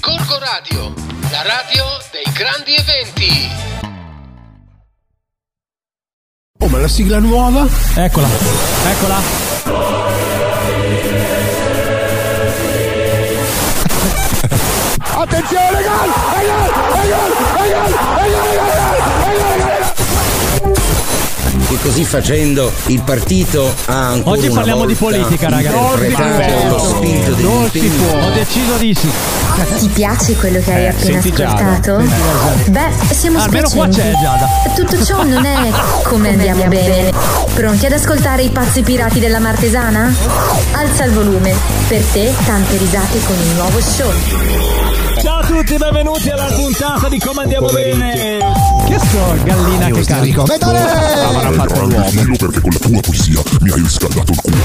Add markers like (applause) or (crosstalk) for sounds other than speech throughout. Gorgo Radio, la radio dei grandi eventi. Oh, ma la sigla nuova? Eccola, eccola. Attenzione, gol! È gol! È gol! È gol! È gol! È gol! È gol! È gol! E così facendo il partito ha ancora Oggi una parliamo volta di politica, raga. interpretato lo spirito Non si dell'impegno. può, ho deciso di sì. Ti piace quello che hai appena Eh, senti Giada. ascoltato? Beh, siamo Almeno qua spiacenti. c'è Giada. Tutto ciò non è come andiamo bene. Pronti ad ascoltare i pazzi pirati della Martesana? Alza il volume. Per te, tante risate con il nuovo show. Ciao a tutti, benvenuti alla puntata di Come andiamo bene. Che sto gallina che canta. Metale! Avrà fatto Grande l'uomo. Danilo, perché con la tua poesia mi hai riscaldato il culo.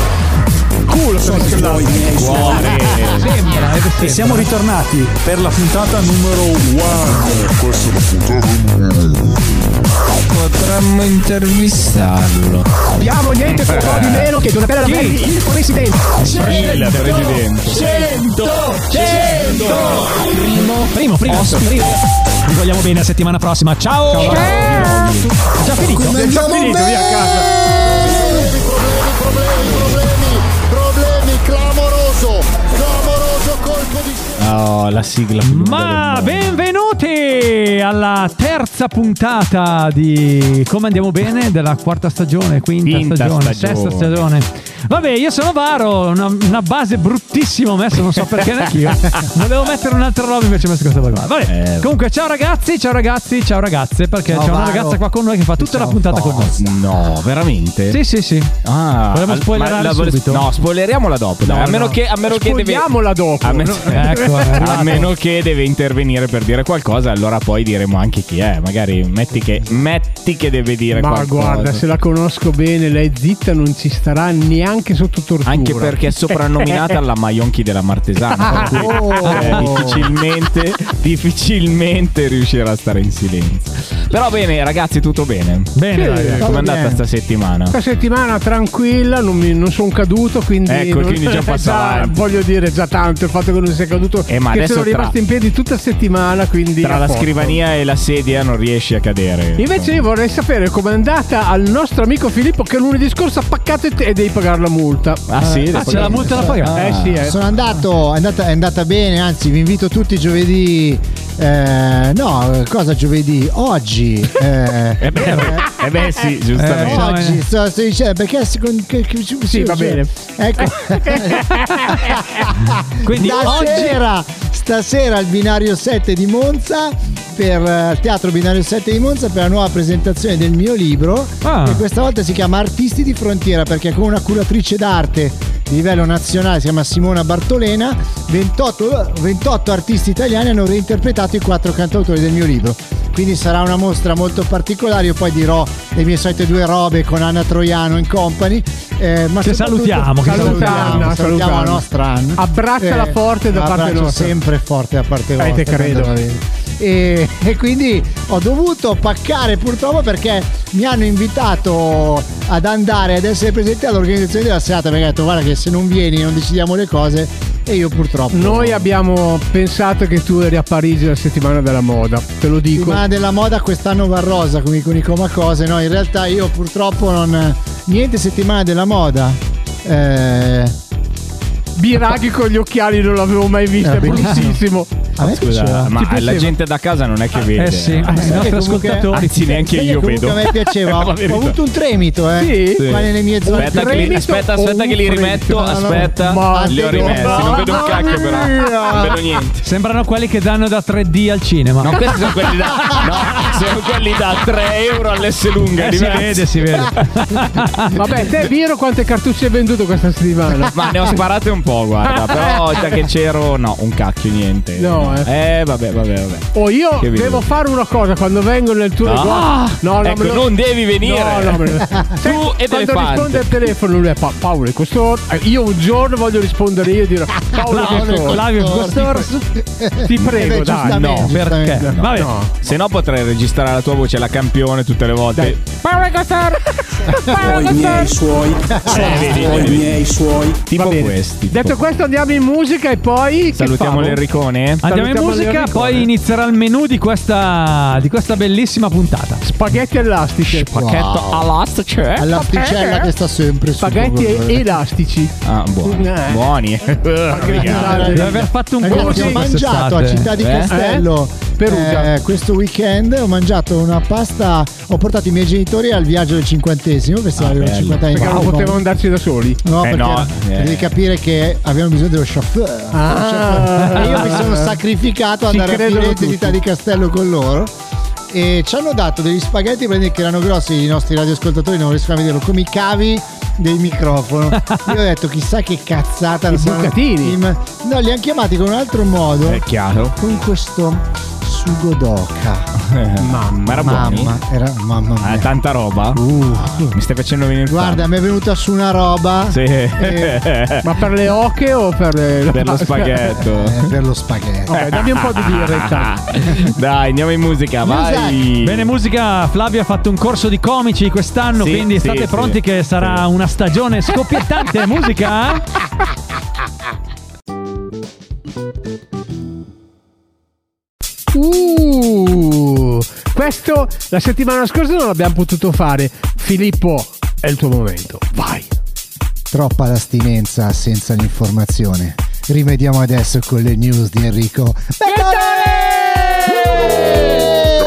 Culo, sono cuore. Sembra, eh, che eh, siamo ritornati per la puntata numero 1. Questo è l'appunto. Potremmo intervistarlo. Abbiamo Eh. niente po' di meno che Donatello Ramelli, il presidente. Il presidente. 100, 100. Primo, primo, primo. primo. Vi vogliamo bene la settimana prossima. Ciao. Già finito. Già finito, via a casa. problemi clamoroso, clamoroso colpo di Oh, la sigla. Ma benvenuti alla terza puntata di Come andiamo bene della quarta stagione, quinta Quinta stagione, stagione. sesta stagione. Vabbè, io sono Varo, una, una base bruttissima ho messo, non so perché neanche io. Volevo mettere un'altra roba invece ho messo questa roba qua. Vabbè. Eh. Comunque, ciao ragazzi, ciao ragazzi, ciao ragazze, perché c'è una Varo. ragazza qua con noi che fa tutta la puntata con noi. No, veramente? Sì, sì, sì. Ah, Volevo al- spoilerare ma la vole- subito? No, spoileriamola dopo. dai, No, a meno no. che a meno che deve Spogliamola dopo. A, me- (laughs) Ecco, è a arrivato. meno che deve intervenire per dire qualcosa, allora poi diremo anche chi è. Magari metti che, metti che deve dire Ma qualcosa. guarda, se la conosco bene, lei zitta non ci starà neanche sotto tortura. Anche perché è soprannominata la Maionchi della Martesana. (laughs) per cui, Oh. eh, difficilmente, difficilmente riuscirà a stare in silenzio. Però bene, ragazzi, tutto bene. Bene, Sì. ragazzi. Come è bene. andata sta settimana? Questa settimana tranquilla, non, mi- non sono caduto, quindi. Ecco, non- esatto, quindi già passa avanti. Voglio dire, già tanto il fatto che non sia caduto. Eh, ma che adesso sono tra- rimasto in piedi tutta settimana, quindi. Tra a la posto. scrivania e la sedia non riesci a cadere. Invece io vorrei sapere com'è andata al nostro amico Filippo che lunedì scorso ha paccato e, te- e devi pagare la multa. Ah, sì, Ah, c'è la multa da pagare. Eh sì, eh. Ah, Sono andato, è andata, è andata bene, anzi vi invito tutti giovedì, eh, no, cosa giovedì? Oggi, (laughs) eh, Eh beh, eh beh, sì, Eh, giustamente. no, oggi, sto, sto dicendo, perché secondo che, che- che- Sì, va bene. Eh, Ecco, Quindi oggi stasera, stasera al binario 7 di Monza, per eh, al teatro binario 7 di Monza per la nuova presentazione del mio libro, Ah. che questa volta si chiama Artisti di frontiera, perché con una curatrice d'arte di livello nazionale, si chiama Simona Bartolena, 28, 28 artisti italiani hanno reinterpretato i quattro cantautori del mio libro. Quindi sarà una mostra molto particolare, io poi dirò le mie solite due robe con Anna Troiano in company. eh, ma Che soprattutto- salutiamo, che salutiamo, salutiamo. salutiamo, la nostra Anna. Eh, Abbracciala forte da parte abbraccio nostra. Eh, sempre forte da parte vostra. te credo. naturalmente. E, e quindi ho dovuto paccare purtroppo perché mi hanno invitato ad andare ad essere presente all'organizzazione della serata perché ho detto guarda che se non vieni non decidiamo le cose e io purtroppo Noi abbiamo pensato che tu eri a Parigi la settimana della moda, te lo dico. settimana della moda quest'anno va rosa come con i comacose no in realtà io purtroppo non niente settimana della moda eh, Biraghi con gli occhiali non l'avevo mai Eh, vista, Era è bellissimo. bruttissimo. a me piaceva Scusa, ma la gente da casa non è che vede. eh sì, i Ah, nostri comunque- ascoltatori. Anzi, neanche Sai che io comunque vedo. a (laughs) me piaceva La ho, verità. ho avuto un tremito eh Sì? qua nelle mie zone Aspetta, più che li, Fremito aspetta, o aspetta un che li rimetto. No, Ah, no, no. Aspetta, Ma- li ho rimessi. Non vedo un cacchio, però. Non vedo niente. Sembrano quelli che danno da 3D al cinema. No, questi sono quelli da, no, sono quelli da 3 euro all'S lunga. Eh, si diversi. vede, si vede. (laughs) Vabbè, te Viro quante cartucce hai venduto questa settimana? Ma ne ho sparate un po', guarda. (laughs) Però già che c'ero, no, un cacchio, niente. No, eh. vabbè, vabbè, vabbè. Oh, io Che video? devo fare una cosa quando vengo nel tuo No. negozio. Oh, No, no, Ecco, me lo- non devi venire. No, no, (laughs) me lo- Sai, Tu ed Quando Elefante. risponde al telefono lui è "Pa- Paolo, questo eh, io un giorno voglio rispondere io e dire Paolo, questo Flavio Costorso. ti prego, Eh dai. beh, giustamente, Ecco, no, giustamente. Perché? Vabbè. Se no potrei registrare la tua voce la campione tutte le volte. Paolo Costar! Ho i miei suoi. Eh, vedi, Ho i vedi. miei suoi. Tipo questi. Detto questo andiamo in musica e poi... che Salutiamo famo? l'Enricone. Andiamo in Salutiamo eh. musica, l'Enricone. poi inizierà il menù di questa, di questa bellissima puntata. Spaghetti elastici. Spaghetto Ah. elastici. cioè?" All'asticella che sta sempre eh. su. Spaghetti e- elastici. Ah, buoni. Eh. Buoni. Ragazzi, Deve aver fatto un po' Eh, Ragazzi, ho mangiato a Città Eh? di Castello Perugia. eh, questo weekend. Ho mangiato una pasta. Ho portato i miei genitori al viaggio del cinquantesimo Ah, festival del bello. cinquant'anni. Perché non Wow. potevano andarci da soli. No, Eh, perché no, eh. devi capire che avevano bisogno dello chauffeur. Ah. E io mi sono sacrificato ad Ci andare a credono Firenze di tutti. Tà di Castello con loro. E ci hanno dato degli spaghetti prendi, che erano grossi i nostri radioascoltatori, non riescono a vederlo, come i cavi del microfono. Io ho detto chissà che cazzata la bucatini. No, li hanno chiamati con un altro modo, È chiaro. con questo sugodoka. Mamma, era buoni. Mamma, era mamma Ah, mia. Uh. tanta roba. Mi stai facendo venire il Guarda, mi è venuta su una roba. Sì. Eh. Ma per le oche o per le... (laughs) per lo spaghetto. (laughs) Eh, per lo spaghetto. Ok, dammi un po' di birra. Dai, andiamo in musica, Music. vai. Bene musica, Flavio ha fatto un corso di comici quest'anno, Sì, quindi sì, state sì. pronti che sarà una stagione (laughs) scoppiettante musica? Uh, questo la settimana scorsa non l'abbiamo potuto fare. Filippo, è il tuo momento. Vai. Troppa l'astinenza senza l'informazione. Rimediamo adesso con le news di Enrico.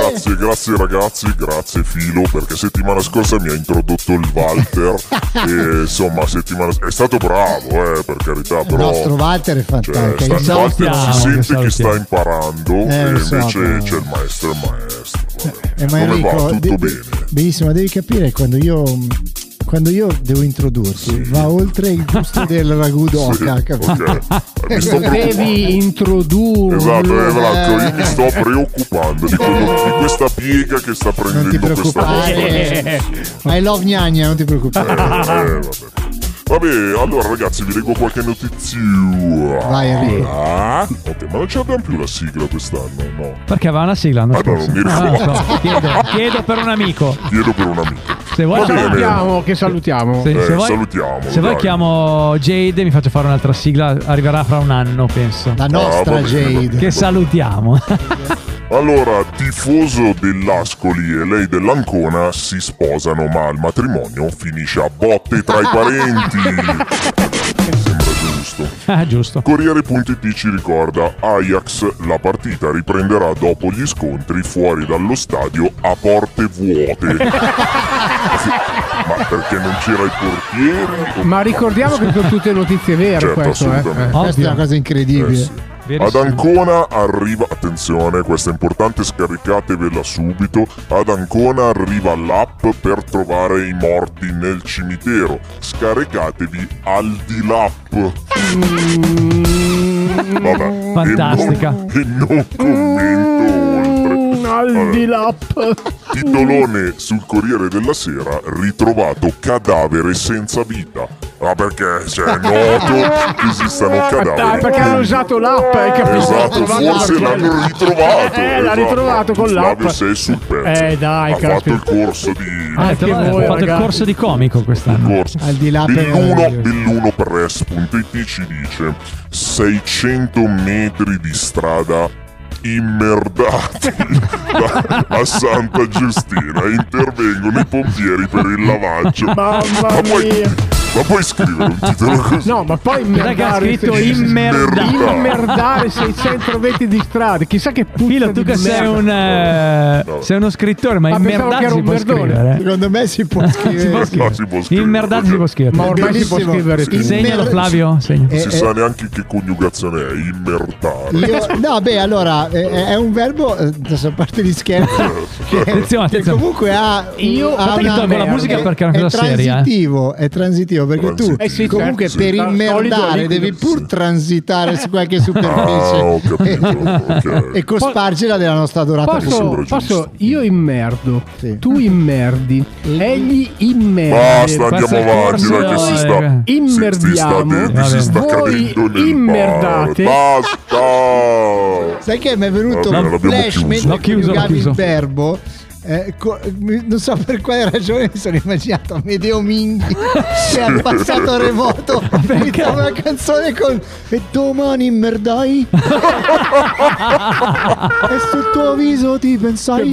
Grazie, grazie ragazzi, grazie Filo, perché settimana scorsa mi ha introdotto il (laughs) Walter. e insomma, settimana è stato bravo, eh, per carità, Il però. nostro Walter è cioè, fantastico. Esatto. sta- il Walter si salutiamo, sente che sta salutiamo. imparando Eh, e lo so, invece però- c'è il maestro, il maestro. vabbè. Eh, ma Come va? Enrico, Tutto de- bene. benissimo, devi capire quando io, quando io devo introdurti, va oltre il (laughs) gusto del ragù d'oca. Sì, capito? ok. (laughs) Eh, Mi sto preoccupando. Devi introdurre. Esatto, eh, Vlacco, io mi sto preoccupando di, quello- di questa piega che sta Non ti prendendo questa cosa. preoccupare. I love gnagna, non ti Eh, preoccupare. (laughs) vabbè. Vabbè, allora ragazzi, vi leggo qualche notizia. Vai, Enrico. Ah, ok, ma non ce l'abbiamo più la sigla quest'anno, no. Perché va una sigla? Ah, no, non mi Ah, non ricordo. so. chiedo, chiedo per un amico. Chiedo per un amico. Se vuoi, Va bene. Salutiamo, che salutiamo. se- Eh, se vuoi- salutiamo. se vuoi dai. chiamo Jade e mi faccio fare un'altra sigla, arriverà fra un anno penso. La Ah, nostra va bene, va bene. Jade. Che salutiamo. (laughs) Allora, tifoso dell'Ascoli e lei dell'Ancona si sposano, ma il matrimonio finisce a botte tra i parenti. Sembra giusto. ah, giusto. Corriere.it ci ricorda Ajax la partita riprenderà dopo gli scontri fuori dallo stadio a porte vuote. Ma perché non c'era il portiere? Ma ricordiamo che sono tutte notizie vere Certo, questo, eh. assolutamente. Questa è una Ovvio. cosa incredibile. Eh sì. Ad Verissimo. Ancona arriva, attenzione, questa è importante, scaricatevela subito. Ad Ancona arriva l'app per trovare i morti nel cimitero. Scaricatevi al di l'app. Vabbè. Fantastica. E non, e non commento oltre. Mm, Al di là. Titolone sul Corriere della Sera, ritrovato cadavere senza vita. Ma perché? Cioè, è noto che esistano cadaveri. Dai, perché hanno usato l'app, hai capito? Esatto, forse l'hanno ritrovato. Eh, l'ha esatto. ritrovato con Flavio l'app. sei sul pezzo. Eh, dai, ha fatto caspita. il corso di Ah, Anche tra l'altro, voi, ho fatto il ragazzi. corso di comico quest'anno. corso. Al di là per- Belluno, bellunopress.it ci dice 600 metri di strada immerdati (laughs) da- a Santa Giustina intervengono i pompieri per il lavaggio Mamma ma puoi, mia. ma puoi scrivere un titolo così No, ma poi Raga, ha immerdare- scritto immerda. immerdare 620 di strada. Chissà che puzza Filo, di tu che sei merda. un eh, No. sei uno scrittore, ma Ma pensavo che immerdati era si un può merdone. scrivere. eh? Secondo me si può (laughs) Si può scrivere. No, Ah, si può scrivere. scrivere. Immerdati si può scrivere. Ma ormai si può Bellissimo. scrivere tutto. Segnalo Immer- Flavio, segna. Eh, si eh, sa neanche che coniugazione è immertare (laughs) Io- no, beh, allora eh, è, un verbo, eh, adesso a parte (laughs) gli scherzi, che, Attenzione, che attenzione. comunque ha. Io- ha Aspetta che tolgo la musica è- perché è una cosa seria, eh. Transitivo, È transitivo perché tu Transitivo. Eh sì, comunque certo, per sì. immerdare Solido, liquido, devi pur sì. transitare (laughs) su qualche ah ho superficie (laughs) capito ok. e cospargerla della nostra dorata. Posso, sembra posso- giusto. io immerdo, Sì. tu immerdi, egli immerde. Questo Basta, andiamo è il avanti, dai, che corso, si eh. sta, Immerdiamo. si sta, si sta Vabbè. cadendo Voi nel immerdate. mare. Basta! Sai che mi è venuto Vabbè, un l'abbiamo flash chiuso. mentre L'ho chiuso, l'ho coniugavi chiuso. il verbo eh, co- mi- non so per quale ragione mi sono immaginato Medeo (laughs) Minghi che ha passato remoto mi dà una canzone con E (laughs) domani merdai E sul tuo viso ti pensai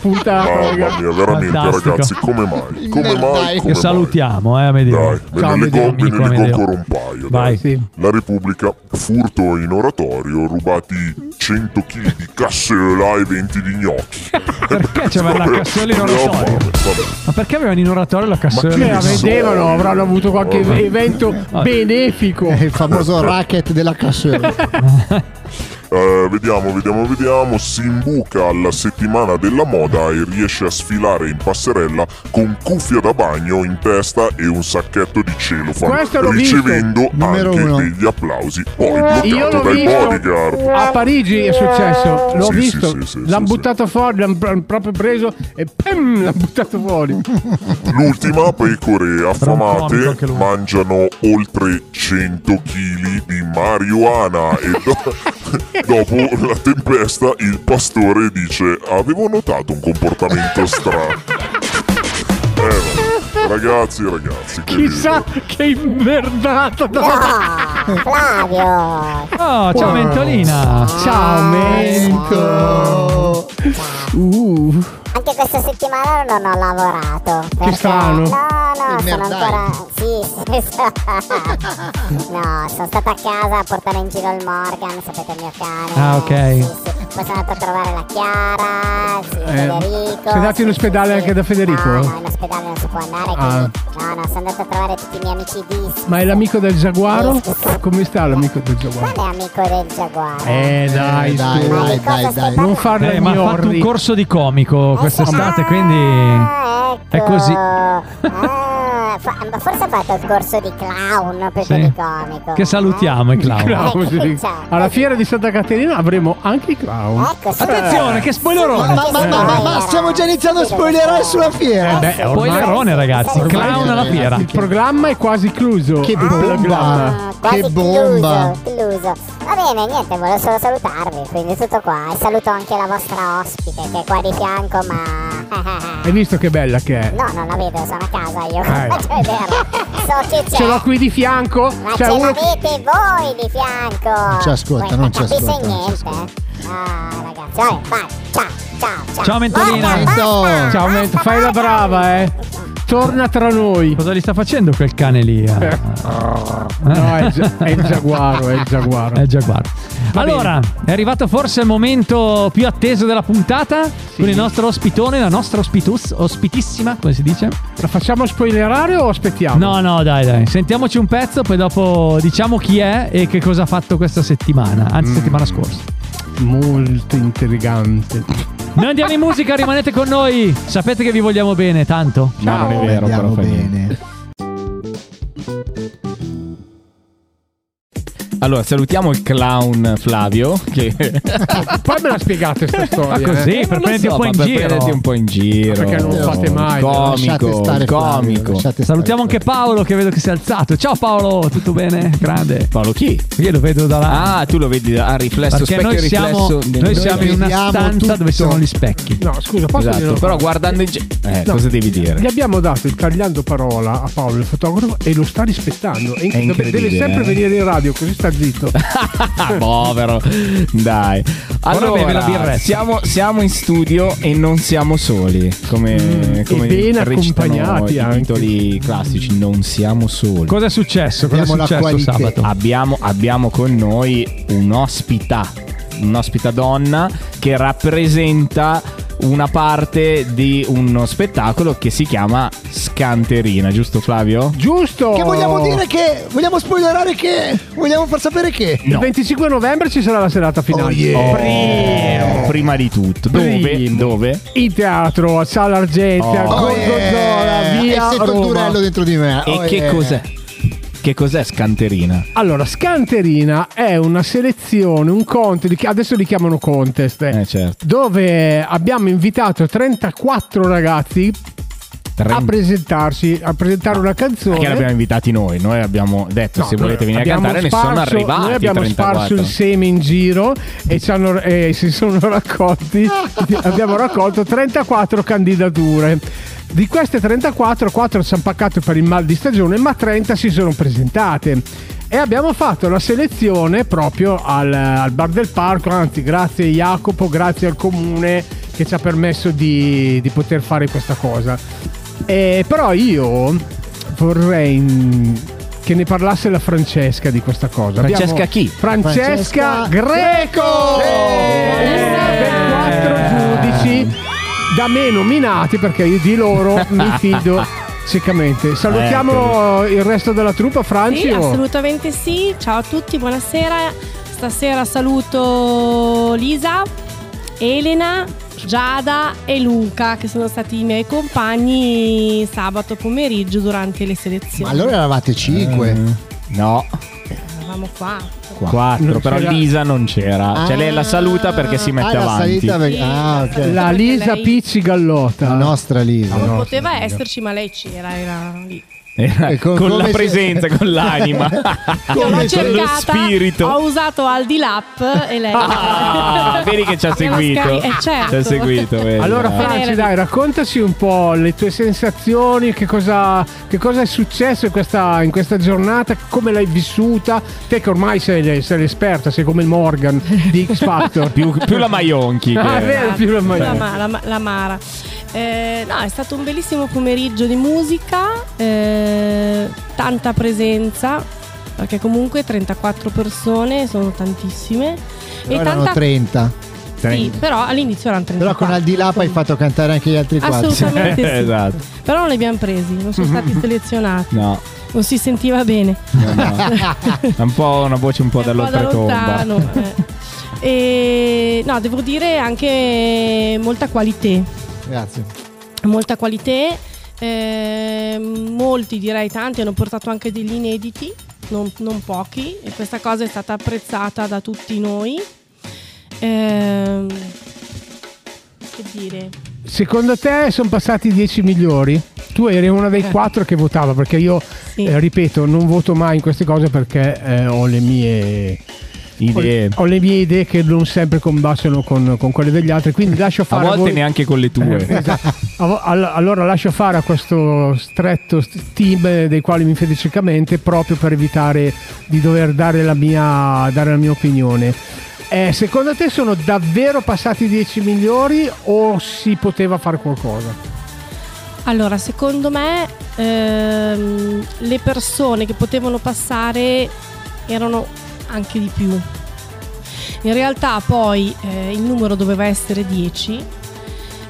puntata. Mamma mia, veramente Fantastico. ragazzi, come mai? Come mai? Che Come salutiamo, eh, Amedeo. Dai, ve ne leggo, ve ne leggo ancora un paio. Vai. dai. La Repubblica, furto in oratorio, rubati 100 kg di casseola e 20 di gnocchi. Perché c'aveva la (laughs) cassola in oratorio? Ma perché avevano in oratorio la cassola? Che la Eh, vedevano, avranno avuto qualche Oh, vabbè. evento benefico. Il famoso racket della cassola Eh, vediamo, vediamo, vediamo. Si imbuca alla settimana della moda e riesce a sfilare in passerella con cuffia da bagno in testa e un sacchetto di Questo celofan, l'ho visto. ricevendo Numero anche uno. degli applausi. Poi bloccato Io l'ho dai visto bodyguard. a Parigi è successo, l'ho Sì, visto, sì, sì, sì, l'hanno sì, buttato fuori, l'hanno pr- proprio preso e pem, l'hanno buttato fuori. L'ultima, pecore comico affamate anche lui. mangiano oltre 100 kg di marijuana e do- (laughs) dopo la tempesta il pastore dice avevo notato un (laughs) comportamento strano. Eh, ragazzi, ragazzi, che Chissà che immerdato. Flavio! Oh, ciao Mentolina! Ciao Mento! Uh, Anche questa settimana non ho lavorato. che perché- strano! No, no, Il sono nerdai. ancora. Sì, sì, sì. (laughs) No, sono stata a casa a portare in giro il Morgan, sapete il mio cane. Ah, ok. Poi sono andato a trovare la Chiara, il Eh, Federico. sei andato in ospedale anche da No, Federico? in ospedale non si può andare. Ah. Quindi... No, no, sono andato a trovare tutti i miei amici di. Ma è l'amico del Giaguaro? Come sta l'amico del Qual Giaguaro? è amico del Jaguar? Eh dai, dai, dai, dai, dai. Non farla Eh, ma ha fatto un corso di comico quest'estate, quindi è così. Ah, fa- ma forse ha fatto il corso di clown per Sì. di comico. Che salutiamo i clown. Clown, sì. Alla fiera di Santa Caterina avremo anche i Eh? clown. Ecco, Attenzione, che ma, spoilerone! ma- ma- ma- ma- ma stiamo già iniziando a spoilerare sulla fiera Beh, spoilerone, ragazzi. ormai- Clown alla fiera. Il programma è quasi chiuso. Che Il bomba. programma. Quasi Che bomba. Chiuso, chiuso. Va bene, niente, volevo solo salutarvi, quindi tutto qua. E saluto anche la vostra ospite che è qua di fianco, ma... Hai visto che bella che è? No, non la vedo, sono a casa io. (laughs) Eh. Cioè, è vero. So che c'è. Ce l'ho qui di fianco? Ma C'è ce uno l'avete voi di fianco! Non ci ascolta, non ci ascolta, non ci niente. Ah, ragazzi, vabbè, vai, ciao, ciao, ciao. Ciao Mentolina. Morgan, basta. Ciao, Mento, fai la brava, eh. Torna tra noi. Cosa gli sta facendo quel cane lì? eh? No, è, il gia- è il Giaguaro, è il (laughs) Giaguaro. È il Jaguar. Eh, Allora, è arrivato forse il momento più atteso della puntata con il nostro ospitone, la nostra ospitus, ospitissima, come si dice? La facciamo spoilerare o aspettiamo? No, no, dai, dai. Sentiamoci un pezzo, poi dopo diciamo chi è e che cosa ha fatto questa settimana, anzi settimana scorsa. Molto intrigante. Noi andiamo in musica, rimanete con noi. Sapete che vi vogliamo bene, tanto. Ma non è vero, però fa niente. Allora, salutiamo il clown Flavio. (laughs) Che Poi me la spiegate sta storia. Ma così, eh. per Non prenderti so, un po' in ma per giro. prenderti un po' in giro. Perché non lo fate mai, Comico, lasciate stare Flavio, comico. Salutiamo anche Paolo che vedo che si è alzato. Ciao Paolo, tutto bene? Grande. Paolo chi? Io lo vedo da là. Ah, tu lo vedi al riflesso, Perché specchio noi siamo, riflesso. del- noi siamo in una vediamo stanza tutto. dove sono gli specchi. po'. No, scusa, posso dire Esatto, una però cosa? guardando in giro... Eh, No. cosa devi dire? Gli abbiamo dato il tagliando parola a Paolo, il fotografo, e lo sta rispettando. E È incredibile, deve sempre eh. venire in radio, così sta zitto. Ah, povero. Dai. beve la Allora, birretta. siamo, siamo in studio e non siamo soli. Come, come Mm, e ben recitano accompagnati i anche. titoli classici, non siamo soli. Cosa è successo? Cosa è Abbiamo la successo qualità. Ah. sabato? Abbiamo, abbiamo con noi un'ospita, un'ospita donna che rappresenta una parte di uno spettacolo che si chiama Scanterina, giusto Flavio? Giusto! che Oh. vogliamo dire che vogliamo spoilerare che vogliamo far sapere che Il 25 novembre ci sarà la serata finale. Oh, yeah. Oh, prima di tutto, dove? Primo. dove? In teatro, a Sala Argentea, Oh. Gorgonzola, Eh, via e sento il Roma. durello dentro di me E Oh, che eh. cos'è? Che cos'è Scanterina? Allora, Scanterina è una selezione, un contest, adesso li chiamano contest, eh, certo. dove abbiamo invitato 34 ragazzi a presentarsi, a presentare una canzone. Perché l'abbiamo invitati noi, noi abbiamo detto No, se noi volete venire a abbiamo cantare ne sono sparso- arrivati. Noi abbiamo 34. sparso il seme in giro e, ci hanno- e si sono (laughs) raccolti. abbiamo raccolto 34 candidature. Di queste 34, 4 si hanno paccato per il mal di stagione, ma 30 si sono presentate. E abbiamo fatto la selezione proprio al, al bar del parco, anzi grazie Jacopo, grazie al comune che ci ha permesso di, di poter fare questa cosa. Eh, però io vorrei mm, che ne parlasse la Francesca di questa cosa. Francesca Abbiamo chi? Francesca, Francesca Eh. Greco! Una dei quattro giudici da me nominati perché io di loro (laughs) mi fido ciecamente. Salutiamo Ecco. il resto della truppa, Sì, Franci. o- assolutamente sì. Ciao a tutti, buonasera. Stasera saluto Lisa, Elena, Giada e Luca, che sono stati i miei compagni sabato pomeriggio durante le selezioni. Ma allora eravate 5. Mm. no. Eravamo qua. 4, Non però c'era- Lisa non c'era. cioè lei la Ah. saluta perché si mette ah, la avanti. salita per- ah, ok. La Lisa Pizzi Gallotta. La nostra Lisa. Non poteva esserci, ma lei c'era, era lì. Eh, con, Come la se- presenza, con l'anima. Io con l'ho Ah, lo cercata, spirito. ho usato Aldi Lap e lei. Ah, vedi che ci ha Abbiamo seguito. scari- eh, certo. Ci ha seguito. vedi, Allora, dai. Franci, dai, raccontaci un po' le tue sensazioni, che cosa, che cosa è successo in questa, in questa giornata, come l'hai vissuta. Te che ormai sei, sei l'esperta, sei come il Morgan di X Factor. (laughs) più, più la Maionchi. che- Ah, è vero, più la la, Maionchi. Ma- la Ma- la Mara. Eh, no, è stato un bellissimo pomeriggio di musica, eh, tanta presenza, perché comunque 34 persone sono tantissime. Però e erano tanta... 30. Sì, però all'inizio erano 34. Però con Al di là poi hai fatto cantare anche gli altri quattro. Assolutamente sì. Esatto. Però non li abbiamo presi, non sono (laughs) stati selezionati. No, Non si sentiva bene. no, no. È un po' una voce un po' po' da dall'oltretomba. lontano. eh. E no, devo dire anche molta qualità. Grazie. Molta qualità. eh, molti, direi tanti, hanno portato anche degli inediti, non, non pochi, e questa cosa è stata apprezzata da tutti noi. Ehm, che dire? Secondo te sono passati i 10 migliori? Tu eri una dei quattro che votava, perché io, eh, ripeto, non voto mai in queste cose perché eh, ho le mie... Idee. Ho, ho le mie idee che non sempre combaciano con, con quelle degli altri, quindi lascio A fare volte voi- neanche con le tue. Eh, esatto. (laughs) A vo- all- Allora lascio fare a questo stretto st- team eh, dei quali mi fido ciecamente proprio per evitare di dover dare la mia, dare la mia opinione. Eh, secondo te sono davvero passati i 10 migliori o si poteva fare qualcosa? Allora, secondo me ehm, le persone che potevano passare erano anche di più. In realtà poi eh, il numero doveva essere 10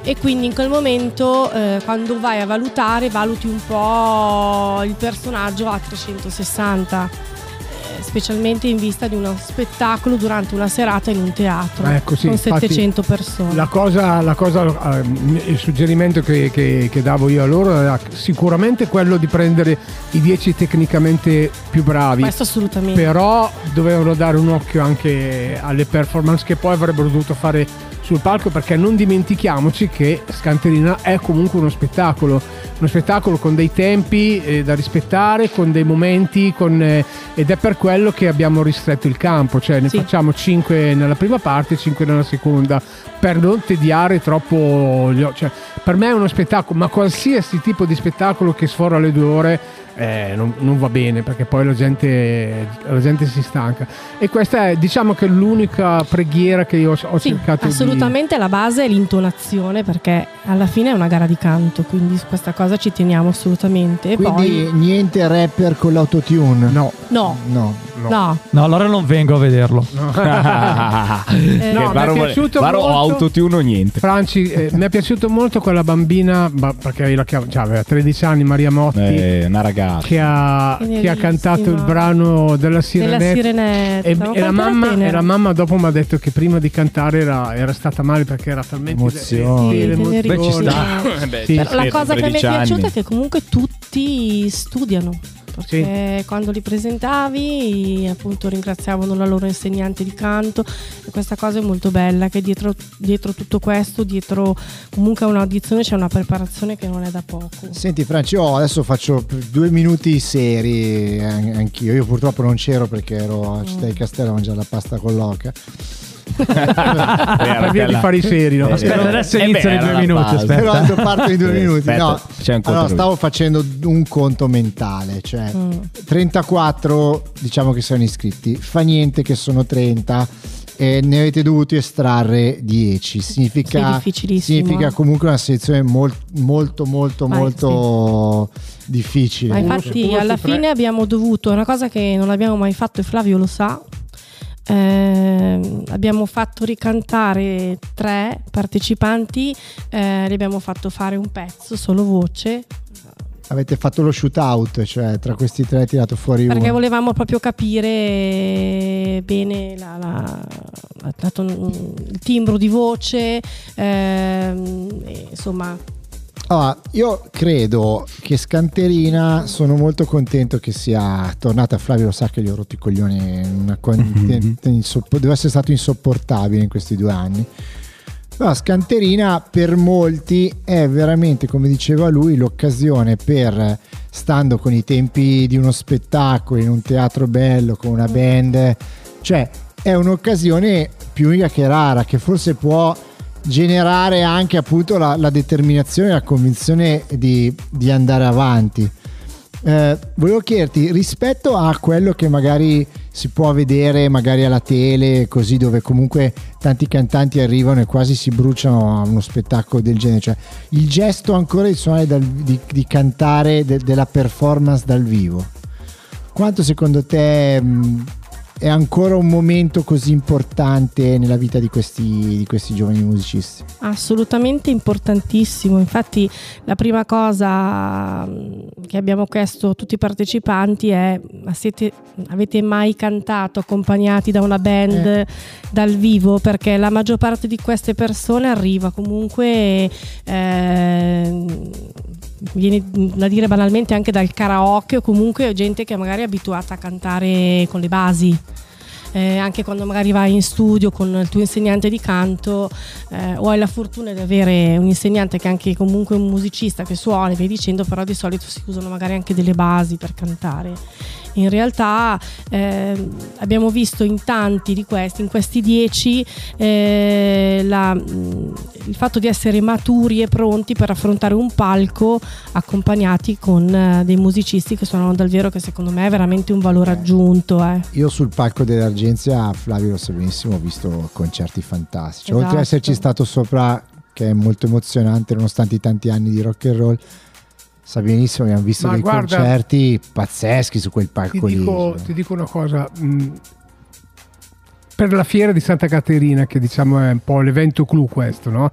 e quindi in quel momento eh, quando vai a valutare valuti un po' il personaggio a 360, eh, specialmente in vista di uno spettacolo durante una serata in un teatro Ecco, sì, con infatti- 700 persone. La cosa, la cosa, ehm, il suggerimento che, che- che davo io a loro era sicuramente quello di prendere i 10 tecnicamente più bravi. Questo assolutamente. Però dovevano dare un occhio anche alle performance che poi avrebbero dovuto fare sul palco perché non dimentichiamoci che Scanterina è comunque uno spettacolo, uno spettacolo con dei tempi eh, da rispettare, con dei momenti con, eh, ed è per quello che abbiamo ristretto il campo, cioè ne facciamo 5 nella prima parte e 5 nella seconda per non tediare troppo gli o- cioè, per me è uno spettacolo, ma qualsiasi tipo di spettacolo che sfora le due ore eh, non, non va bene perché poi la gente, la gente si stanca e questa è diciamo che l'unica preghiera che io ho, ho cercato di Assolutamente la base è l'intonazione perché alla fine è una gara di canto, quindi su questa cosa ci teniamo assolutamente. E Quindi poi niente rapper con l'autotune. No. no, No. no. No, allora non vengo a vederlo. Eh, no, mi è Varo- piaciuto Varo o molto- autotune o (laughs) niente. Franci, eh, mi è piaciuto molto quella bambina, ma- perché io la chiamo, cioè, aveva 13 anni, Maria Motti, Eh, una ragazza. che, ha, che ha cantato il brano della della Sirenetta. sirenetta. E, ma e la quanto mamma, era tenera. e la mamma dopo mi ha detto che prima di cantare era, era stata male perché era talmente Emozione. Sì, le Sì, emozioni. certo. tenerissima. Beh, ci sta. Sì. Però La cosa che (laughs) mi è (laughs) 13 piaciuta anni. è che comunque tutti studiano. perché quando li presentavi appunto ringraziavano la loro insegnante di canto e questa cosa è molto bella che dietro, dietro tutto questo, dietro comunque a un'audizione c'è una preparazione che non è da poco. Senti Franci, io adesso faccio due minuti seri eh, anch'io. Io purtroppo non c'ero perché ero Mm. a Città di Castello a mangiare la pasta con l'oca. Per via di fare i seri, Eh, no? Aspetta, adesso iniziano i due minuti, aspetta. Però adesso parto i due Sì, minuti. aspetta, no. c'è un conto allora, lui. stavo facendo un conto mentale, cioè Mm. 34 diciamo che sono iscritti, fa niente che sono 30 e ne avete dovuti estrarre 10. Sì, Significa, difficilissimo, significa eh. comunque una selezione mol- molto, molto, Ma- molto difficile. Ma infatti alla fine abbiamo dovuto, una cosa che non abbiamo mai fatto e Flavio lo sa, ehm, abbiamo fatto ricantare tre partecipanti, eh, li abbiamo fatto fare un pezzo, solo voce, Avete fatto lo shootout, cioè tra questi tre hai tirato fuori perché uno. volevamo proprio capire bene la- la- la- la ton- il timbro di voce, ehm, e insomma... Allora, io credo che Scanterina sono molto contento che sia tornata. Flavio lo sa che gli ho rotto i coglioni. Una quanti- insopp- deve essere stato insopportabile in questi due anni. Però Scanterina per molti è veramente, come diceva lui, l'occasione per, stando con i tempi di uno spettacolo, in un teatro bello, con una band, cioè è un'occasione più unica che rara, che forse può generare anche appunto la, la determinazione, la convinzione di, di andare avanti. Eh, volevo chiederti rispetto a quello che magari si può vedere magari alla tele, così dove comunque tanti cantanti arrivano e quasi si bruciano a uno spettacolo del genere, cioè il gesto ancora di suonare dal- di, di cantare de- della performance dal vivo. Quanto secondo te mh, è ancora un momento così importante nella vita di questi, di questi giovani musicisti? Assolutamente importantissimo, infatti la prima cosa mh, che abbiamo chiesto a tutti i partecipanti è ma siete- avete mai cantato accompagnati da una band Eh. dal vivo? Perché la maggior parte di queste persone arriva comunque, eh, viene da dire banalmente anche dal karaoke o comunque gente che magari è abituata a cantare con le basi. Eh, anche quando magari vai in studio con il tuo insegnante di canto eh, o hai la fortuna di avere un insegnante che è anche comunque un musicista che suona e via dicendo, però di solito si usano magari anche delle basi per cantare. In realtà ehm, abbiamo visto in tanti di questi, in questi dieci, eh, la- mh, il fatto di essere maturi e pronti per affrontare un palco accompagnati con eh, dei musicisti che suonano dal vero, che secondo me è veramente un valore aggiunto. eh. Io sul palco dell'Argenzia, Flavio lo sa benissimo, ho visto concerti fantastici. Oltre ad Esatto. esserci stato sopra, che è molto emozionante, nonostante i tanti anni di rock and roll, sa benissimo che abbiamo visto Ma dei guarda, concerti pazzeschi su quel Ti palco lì. cioè. dico, ti dico una cosa. mh, Per la fiera di Santa Caterina, che diciamo è un po' l'evento clou questo, no?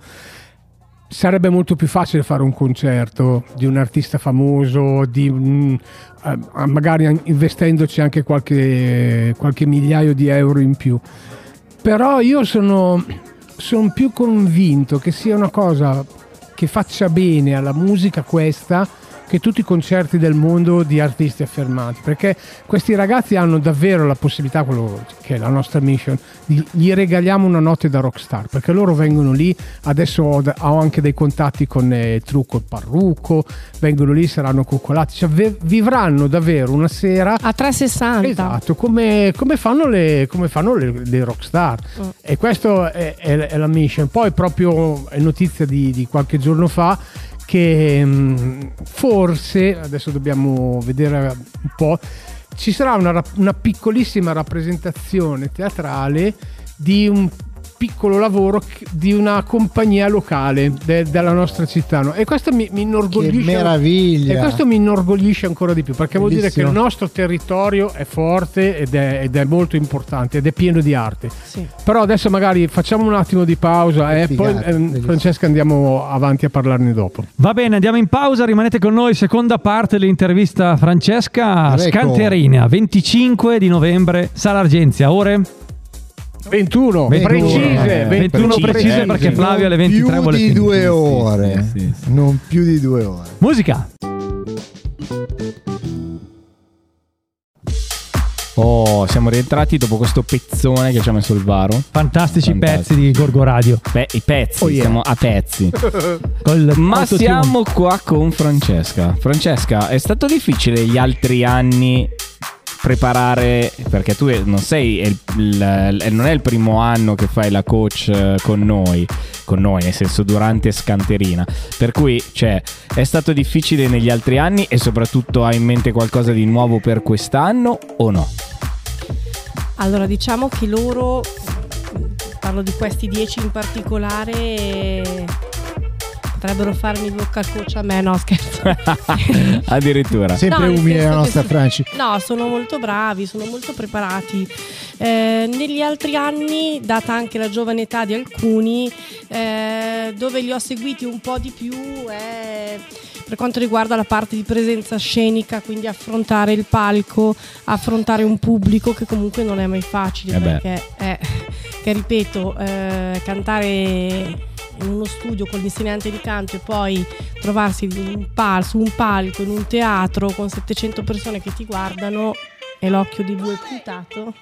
Sarebbe molto più facile fare un concerto di un artista famoso, di, mh, eh, magari an- investendoci anche qualche, qualche migliaio di euro in più. Però io sono, sono più convinto che sia una cosa che faccia bene alla musica questa che tutti i concerti del mondo di artisti affermati, perché questi ragazzi hanno davvero la possibilità, quello che è la nostra mission, di- gli regaliamo una notte da rockstar, perché loro vengono lì, adesso ho, da- ho anche dei contatti con eh, Trucco e Parrucco, vengono lì, saranno coccolati, cioè ve- vivranno davvero una sera... A 360. Esatto, come, come fanno le, come fanno le- le rockstar. Mm. E questa è, è- è la mission. Poi proprio è notizia di, di qualche giorno fa che mm, forse, adesso dobbiamo vedere un po', ci sarà una, rap- una piccolissima rappresentazione teatrale di un piccolo lavoro che- di una compagnia locale de- della nostra città no? e questo mi, mi inorgoglisce meraviglia! e questo mi inorgoglisce ancora di più perché vuol dire che il Bellissimo. nostro territorio è forte ed è, ed è molto importante ed è pieno di arte. Però adesso magari facciamo un attimo di pausa e poi figata, ehm, Francesca andiamo avanti a parlarne dopo. Va bene, andiamo in pausa, rimanete con noi, seconda parte dell'intervista a Francesca Ecco. Scanterina, 25 di novembre, Sala Argenzia, ore? 21, precise, 21, 21 eh, precise perché Flavio alle 23 più vuole di finire. due ore, non più di due ore. Musica. Oh, siamo rientrati dopo questo pezzone che ci ha messo il Varo. Fantastici pezzi di Gorgo Radio. Beh, i pezzi, Oh, yeah. siamo (laughs) a pezzi. Col Ma autotune. siamo qua con Francesca. Francesca, è stato difficile gli altri anni preparare perché tu non sei è il- il- non è il primo anno che fai la coach eh, con noi, con noi nel senso durante Scanterina. Per cui, cioè, è stato difficile negli altri anni e soprattutto hai in mente qualcosa di nuovo per quest'anno o no? (laughs) Allora, diciamo che loro, parlo di questi dieci in particolare, eh, potrebbero farmi bocca al coach a me, no scherzo. Addirittura. Sempre No, nel umile la senso che nostra si- Franci. No, sono molto bravi, sono molto preparati. Eh, negli altri anni, data anche la giovane età di alcuni, eh, dove li ho seguiti un po' di più è per quanto riguarda la parte di presenza scenica, quindi affrontare il palco, affrontare un pubblico che comunque non è mai facile, Eh beh. perché eh, che ripeto, eh, cantare in uno studio con l'insegnante di canto e poi trovarsi in un pal- su un palco, in un teatro con 700 persone che ti guardano e l'occhio di due puntato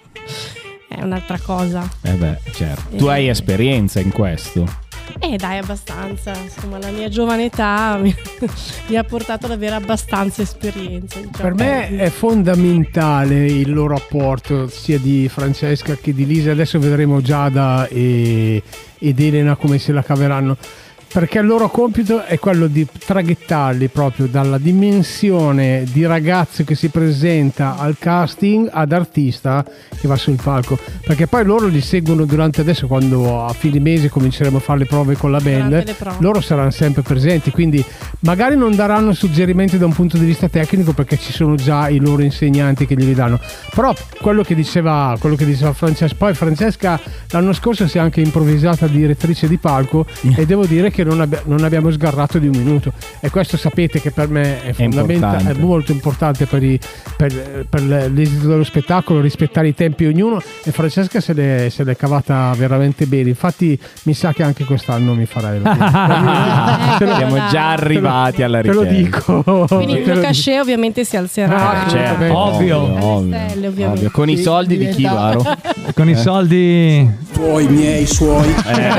è un'altra cosa. Eh beh, certo. Tu Eh. hai esperienza in questo. Eh dai, abbastanza, insomma la mia giovane età mi, (laughs) mi ha portato ad avere abbastanza esperienza. diciamo. Per me è fondamentale il loro apporto, sia di Francesca che di Lisa. Adesso vedremo Giada e- ed Elena come se la caveranno. Perché il loro compito è quello di traghettarli proprio dalla dimensione di ragazzo che si presenta al casting ad artista che va sul palco. Perché poi loro li seguono durante adesso, quando a fine mese cominceremo a fare le prove con la band. le prove. Loro saranno sempre presenti, quindi magari non daranno suggerimenti da un punto di vista tecnico perché ci sono già i loro insegnanti che glieli danno. Però quello che diceva, quello che diceva Francesca, poi Francesca l'anno scorso si è anche improvvisata direttrice di palco e devo dire che non, abbia- non abbiamo sgarrato di un minuto e questo sapete che per me è fondamentale, è, importante. molto importante per, i- per- per l'esito dello spettacolo rispettare i tempi di ognuno e Francesca se l'è, se l'è cavata veramente bene, infatti mi sa che anche quest'anno mi farai la Te lo- Siamo già te lo- arrivati alla Ah, ecco, te lo ricerca. dico. Quindi il mio cachet ovviamente si alzerà. Certo, Ovvio. Eh, ovvio, stelle, ovvio. ovviamente. Con i soldi di chi, Diventa- Varo? (laughs) Eh. Con i soldi. Tuoi, miei, suoi. Eh. Eh.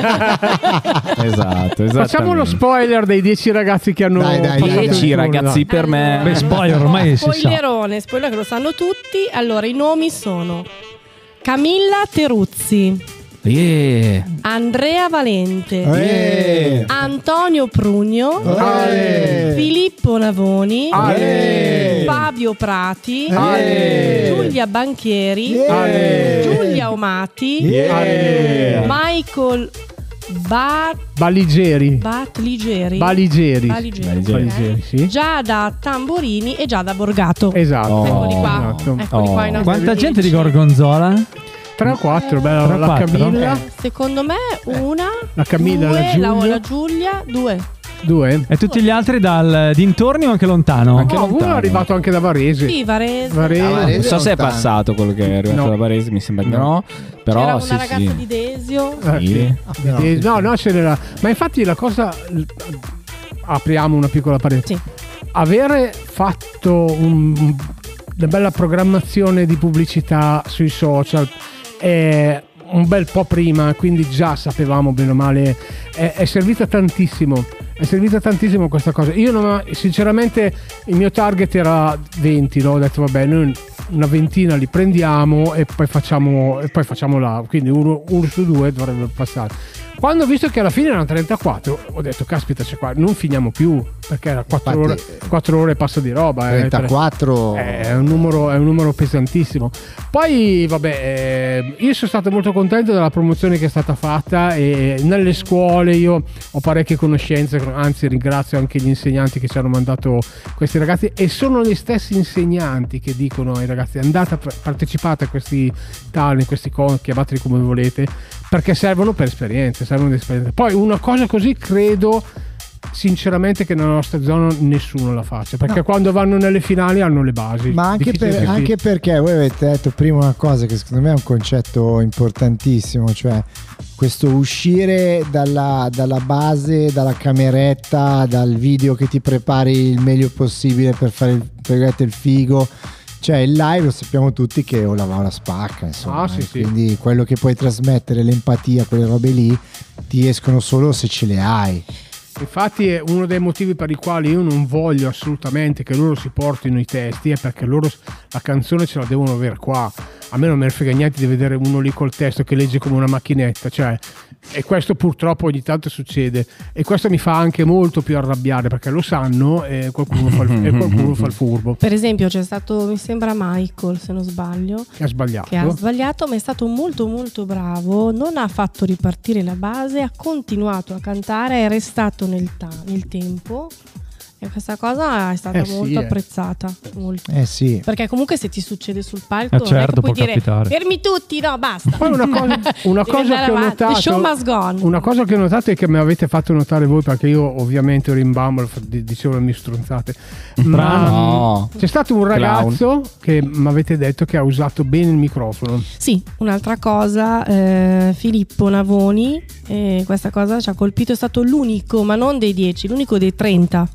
Esatto, esatto. Facciamo lo spoiler dei 10 ragazzi che hanno Dai, dai, dai, passato il dieci turno, dai. ragazzi per me. Beh, spoiler ormai si sa. Spoilerone, Eh. spoiler che lo sanno tutti. Allora, i nomi sono Camilla Teruzzi, Yeah. Andrea Valente, Eh. Antonio Prugno, Eh. Filippo Navoni, Eh. Fabio Prati, Eh. Giulia Banchieri, Eh. Giulia Omati, Eh. Michael Bat. Baligeri. Batligeri Baligeri. Baligeri. eh. Baligeri, sì. Giada Tamborini e Giada Borgato. Esatto. Eccoli qua. Ecco. Esatto. Eccoli qua i nostri Quanta amici. gente di Gorgonzola? 3 o 4, bella la Camilla. Secondo me una, La Camilla, due, la Giulia. la Giulia, due. Due. E tutti gli altri dal dintorni o anche lontano? Anche No, lontano. uno è arrivato anche da Varese. Sì, Varese. Varese. Ah, non so se è lontano. passato quello che è arrivato No. da Varese, mi sembra di no. Però C'era una sì, ragazza sì. di Desio. Eh, sì. Ah, Sì. Eh, No, no, ce n'era. Ma infatti la cosa. Apriamo una piccola parentesi. Avere fatto un- una bella programmazione di pubblicità sui social eh, un bel po' prima, quindi già sapevamo bene o male, è, è servita tantissimo. È servita tantissimo questa cosa. Io non- sinceramente il mio target era 20, no? ho detto vabbè, noi una ventina li prendiamo e poi facciamo, e poi facciamo là. Quindi uno, uno su due dovrebbe passare. Quando ho visto che alla fine erano 34, ho detto: Caspita, c'è qua, non finiamo più perché era 4 ore, Infatti, quattro ore e passa di roba. eh, 34. è un, numero, è un numero pesantissimo. Poi, vabbè, eh, io sono stato molto contento della promozione che è stata fatta e nelle scuole io ho parecchie conoscenze, anzi ringrazio anche gli insegnanti che ci hanno mandato questi ragazzi e sono gli stessi insegnanti che dicono ai ragazzi andate a pre- partecipate a questi talent, questi con, chiamateli come volete, perché servono per esperienze, servono di esperienze. Poi una cosa così credo sinceramente che nella nostra zona nessuno la faccia perché No. quando vanno nelle finali hanno le basi Ma anche, Difficile per- che- anche perché voi avete detto prima una cosa che secondo me è un concetto importantissimo, cioè questo uscire dalla, dalla base, dalla cameretta, dal video che ti prepari il meglio possibile per fare il, per il figo, Cioè il live lo sappiamo tutti che o la va o la spacca, insomma. Ah, sì, eh. sì. Quindi quello che puoi trasmettere, l'empatia, quelle robe lì, ti escono solo se ce le hai. Infatti è uno dei motivi per i quali io non voglio assolutamente che loro si portino i testi è perché loro s- la canzone ce la devono avere qua. A me non me ne frega niente di vedere uno lì col testo che legge come una macchinetta, cioè e questo purtroppo ogni tanto succede e questo mi fa anche molto più arrabbiare perché lo sanno e qualcuno fa il, e qualcuno fa il (laughs) furbo. Per esempio c'è stato, mi sembra Michael se non sbaglio, Che ha sbagliato. che ha sbagliato ma è stato molto molto bravo, non ha fatto ripartire la base, ha continuato a cantare, è restato nel, ta- nel tempo e questa cosa è stata Eh sì, molto eh. apprezzata. molto. Eh sì. Perché comunque se ti succede sul palco Eh non è che certo, ecco, puoi può dire capitare. fermi tutti, no basta. Poi (laughs) una cosa, Una Devi cosa, andare che ho avanti. notato, The show must go on. una cosa che ho notato e che mi avete fatto notare voi perché io ovviamente ero in bambola, f- di- dicevo le mie stronzate ma mm, No. c'è stato un Clown. ragazzo che mi avete detto che ha usato bene il microfono Sì, un'altra cosa, eh, Filippo Navoni, eh, questa cosa ci ha colpito, è stato l'unico, ma non dei 10, l'unico dei 30,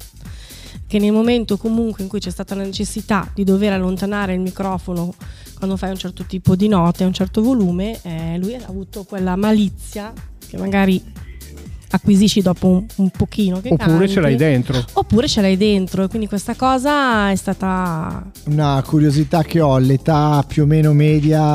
che nel momento comunque in cui c'è stata la necessità di dover allontanare il microfono quando fai un certo tipo di note, un certo volume, eh, lui ha avuto quella malizia che magari acquisisci dopo un, un pochino. Che oppure ce canti, l'hai dentro Oppure ce l'hai dentro e quindi questa cosa è stata Una curiosità che ho, l'età più o meno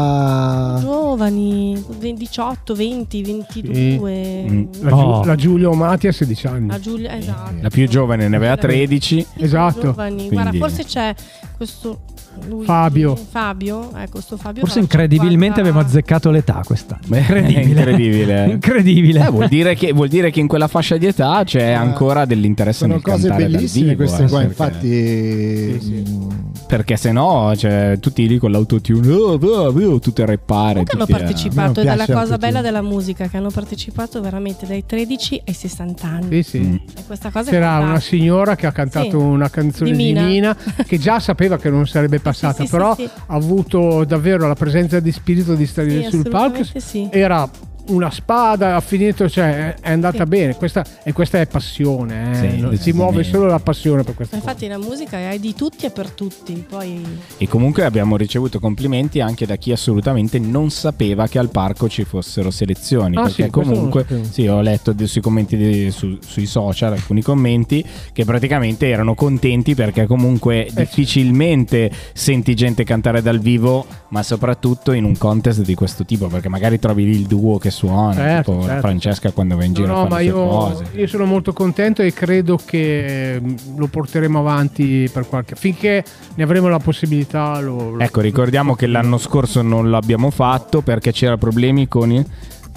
media... giovani, 18, 20, 22. la, Giu- Oh. la Giulio Mati ha 16 anni A Giulia, esatto. La più giovane ne aveva Veramente. 13. Esatto. Giovani. Guarda, Quindi- forse c'è questo lui- Fabio. Fabio, ecco, questo Fabio. Forse era incredibilmente aveva azzeccato l'età questa. Incredibile. incredibile. (laughs) Incredibile. Eh, vuol, dire che, vuol dire che in quella fascia di età c'è ancora dell'interesse Sono nel cose cantare dal bellissime vivo, queste eh, qua, perché- infatti... mm, Perché se no, cioè, tutti lì con l'autotune, oh, oh, oh, tutte a reppare. Che hanno tutti a- partecipato, è dalla cosa bella della musica, che hanno partecipato veramente dai 13 ai 60 anni. Sì, Mm. sì. E questa cosa C'era è una signora che ha cantato Sì. una canzone Di di Mina. Mina. che già sapeva che non sarebbe passata, sì, sì, però sì. ha avuto davvero la presenza di spirito di stare Sì, lì sul palco. assolutamente sì. Era una spada, ha finito, cioè è è andata Sì. bene. Questa, e questa è passione, eh. Sì, Non- si decisamente. muove solo la passione per Ma questa Infatti la musica è di tutti e per tutti, poi E comunque abbiamo ricevuto complimenti anche da chi assolutamente non sapeva che al parco ci fossero selezioni. Ah, perché sì, questo comunque, non lo sapevo. sì, ho letto di- sui commenti di- su- sui social alcuni commenti che praticamente erano contenti perché comunque Eh, difficilmente senti gente cantare dal vivo, ma soprattutto in un contest di questo tipo, perché magari trovi lì il duo che suona, Certo, tipo la certo. Francesca quando va in giro No, a ma fare le sue io, cose. io sono molto contento e credo che mm, lo porteremo avanti per qualche finché ne avremo la possibilità. Lo, lo- Ecco, ricordiamo che l'anno scorso non l'abbiamo fatto perché c'era problemi (laughs) con il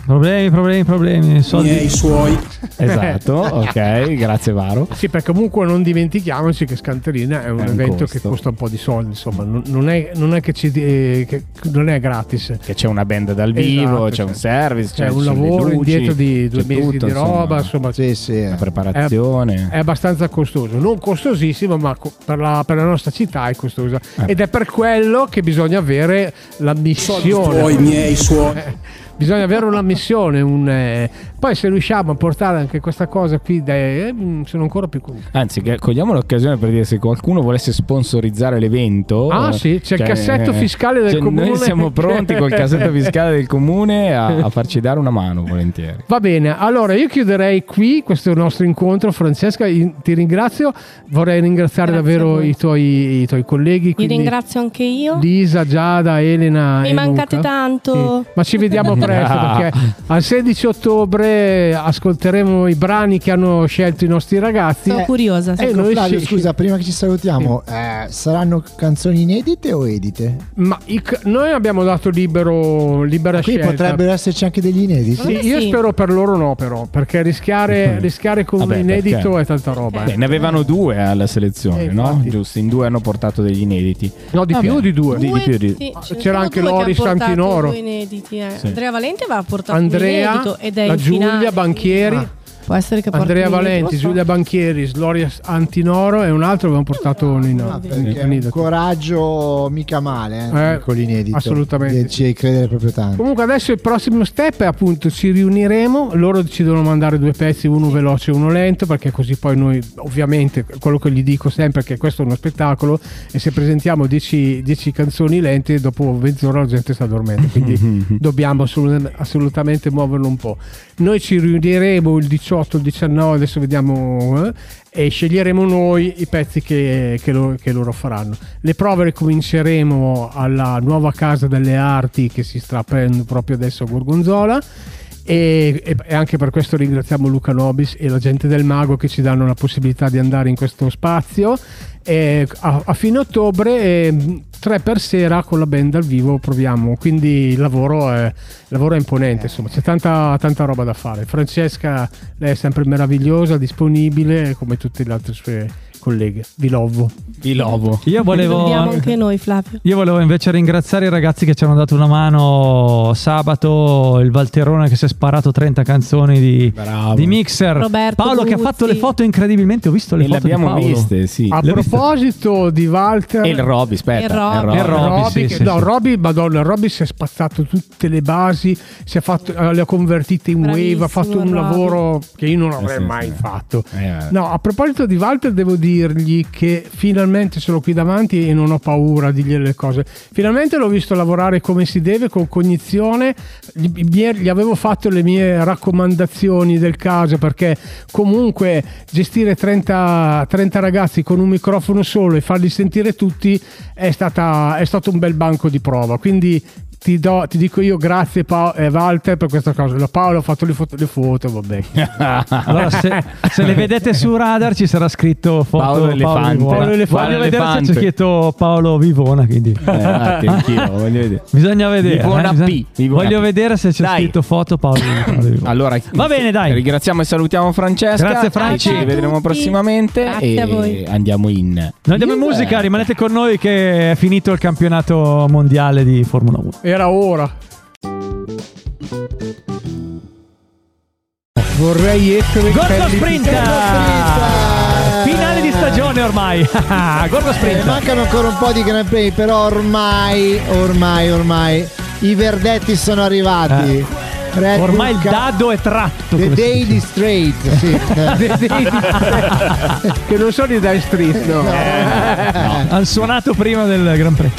Problemi, problemi, problemi. Soldi. Miei, suoi. Esatto, (laughs) ok, grazie Varo. Sì, perché comunque non dimentichiamoci che Scanterina è un È un evento costo. che costa un po' di soldi, insomma, non, non è, non è che ci, eh, che- non è gratis. Che c'è una band dal Esatto, vivo, c'è cioè, un service, c'è c'è un lavoro indietro di due mesi di roba, insomma, Eh, la preparazione. È abbastanza costoso, non costosissimo, ma co- per la, per la nostra città è Eh. costosa. Ed è per quello che bisogna avere la missione. tuoi, (laughs) miei, suoi. Eh, Bisogna avere una missione. un, eh, Poi, se riusciamo a portare anche questa cosa qui, dai, eh, mm, sono ancora più contento. Anzi, che- cogliamo l'occasione per dire se qualcuno volesse sponsorizzare l'evento. Ah, eh, cioè, sì, c'è il cassetto fiscale del comune. Noi siamo pronti (laughs) col cassetto fiscale del comune a, a farci dare una mano (laughs) volentieri. Va bene, allora io chiuderei qui questo nostro incontro. Francesca, in- ti ringrazio. Vorrei ringraziare Grazie a davvero voi. i tuoi, i tuoi colleghi. vi quindi ringrazio anche io. Lisa, Giada, Elena. Mi e mancate Luca. tanto. Sì, Ma ci (laughs) vediamo presto Ah. perché al 16 ottobre ascolteremo i brani che hanno scelto i nostri ragazzi. Sono curiosa, sì. E Ecco, noi Flavio, ci- scusa, prima che ci salutiamo, eh, saranno canzoni inedite o edite? Ma i c- noi abbiamo dato libero, libera Qui scelta. potrebbero esserci anche degli inediti. Sì, io spero per loro no, però, perché (laughs) rischiare, rischiare con Vabbè, un inedito perché? è tanta roba. eh. Beh, ne avevano due alla selezione, no? Giusto, in due hanno portato degli inediti. No, di Vabbè. più o di due? Di, di più di- Sì, Ah, ce ne c'era sono anche due che Loris ha portato Antinoro. due inediti, eh. Sì. Esatto, Andrea Valente va portato un Andrea, inedito ed è la in Giulia finale. Banchieri. Ah. Può essere che porti- Andrea non lo Valenti, so. Giulia Banchieri, Gloria Antinoro e un altro avevano portato Ah, Nino. Perché un coraggio mica male, eh, Eh, piccolo inedito. assolutamente. E Ci devi credere proprio tanto. Comunque adesso il prossimo step è appunto ci riuniremo, loro decidono di mandare due pezzi, uno veloce e uno lento, perché così poi noi ovviamente quello che gli dico sempre è che questo è uno spettacolo e se presentiamo 10 canzoni lente dopo mezz'ora la gente sta dormendo, quindi dobbiamo assolut- assolutamente muoverlo un po'. Noi ci riuniremo il 18, il 19, adesso vediamo eh, e sceglieremo noi i pezzi che, che lo- che loro faranno. Le prove le cominceremo alla nuova casa delle arti che si sta aprendo proprio adesso a Gorgonzola. E, e- e anche per questo ringraziamo Luca Nobis e la gente del Mago che ci danno la possibilità di andare in questo spazio. E a, a fine ottobre, eh, tre per sera con la band al vivo proviamo. Quindi il lavoro è, il lavoro è imponente, insomma, c'è tanta, tanta roba da fare. Francesca, lei è sempre meravigliosa, disponibile come tutte le altre sue colleghe. Vi lovo. Vi lovo. Io Dobbiamo volevo, anche noi, Flavio. io volevo invece ringraziare i ragazzi che ci hanno dato una mano sabato, il Valterone che si è sparato 30 canzoni di, di Mixer, Roberto Paolo che ha Guzzi. fatto le foto incredibilmente, ho visto le E le foto abbiamo di Paolo. viste, sì. A Le ho viste- proposito di Walter E il Robby, aspetta. E il Roby, Roby. e Roby sì, che- sì, no, sì. Roby, madonna, Roby si è spazzato tutte le basi, si è fatto- eh, le ha convertite in wave, Bravissimo, ha fatto un Roby. lavoro che io non avrei sì, mai sì. fatto. Eh, vabbè. No, a proposito di Walter, devo dirgli che finalmente sono qui davanti e non ho paura di dirgli le cose. Finalmente l'ho visto lavorare come si deve, con cognizione. Gli, er, gli- gli avevo fatto le mie raccomandazioni del caso perché comunque gestire 30, 30 ragazzi con un microfono solo e farli sentire tutti è, stata- è stato un bel banco di prova. Quindi ti, do- ti dico io grazie Pa- eh, Walter per questa cosa. La Paolo ha fatto le foto, le foto vabbè. Allora, se, se (laughs) le vedete su radar ci sarà scritto foto Paolo Elefante. Vivona. Paolo Elefante. Voglio Paolo vedere se Elefante. c'è scritto Paolo Vivona. Quindi. Eh, un attimo, anch'io, voglio vedere. Bisogna vedere. Vivona eh, bisogna- P, Vivona Voglio P. vedere se c'è Dai. scritto foto (coughs) Paolo Paolo Vivona. Allora, Va bene, dai. Ringraziamo e salutiamo Francesca. Grazie, E Franci. Ci rivedremo prossimamente. Grazie e a voi. andiamo in. Noi andiamo in Yeah. musica, rimanete con noi che è finito il campionato mondiale di Formula 1. Era ora. Vorrei essere il Gorgo Pelli- Sprint! Finale di stagione ormai. (laughs) Gorgo Eh, Sprint. mancano ancora un po' di Grand Prix, però ormai, ormai, ormai i verdetti sono arrivati. Eh, Red Bull Ormai il Cup- dado è tratto. The come si Daily dice. Straight, sì. (laughs) (laughs) che non sono i Dire Street, no. Eh, Hanno suonato prima del Gran Prix.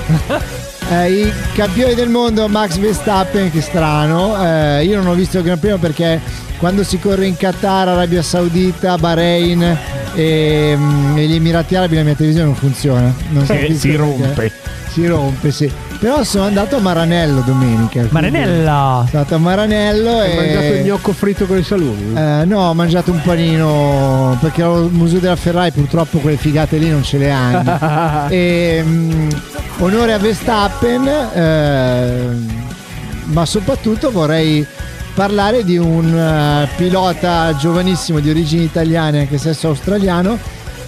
Eh, I campioni del mondo Max Verstappen, che strano, eh, io non ho visto il Gran Premio perché quando si corre in Qatar, Arabia Saudita, Bahrain e, mm, e gli Emirati Arabi la mia televisione non funziona. Non so Eh, perché. si rompe. Si rompe, sì. Però sono andato a Maranello domenica. quindi Maranella. Sono andato a Maranello Hai e... mangiato il gnocco fritto con i salumi? Eh, no, ho mangiato un panino perché al museo della Ferrari purtroppo quelle figate lì non ce le hanno. e, mm, onore a Verstappen, ehm, ma soprattutto vorrei parlare di un eh, pilota giovanissimo di origini italiane, anche se adesso australiano,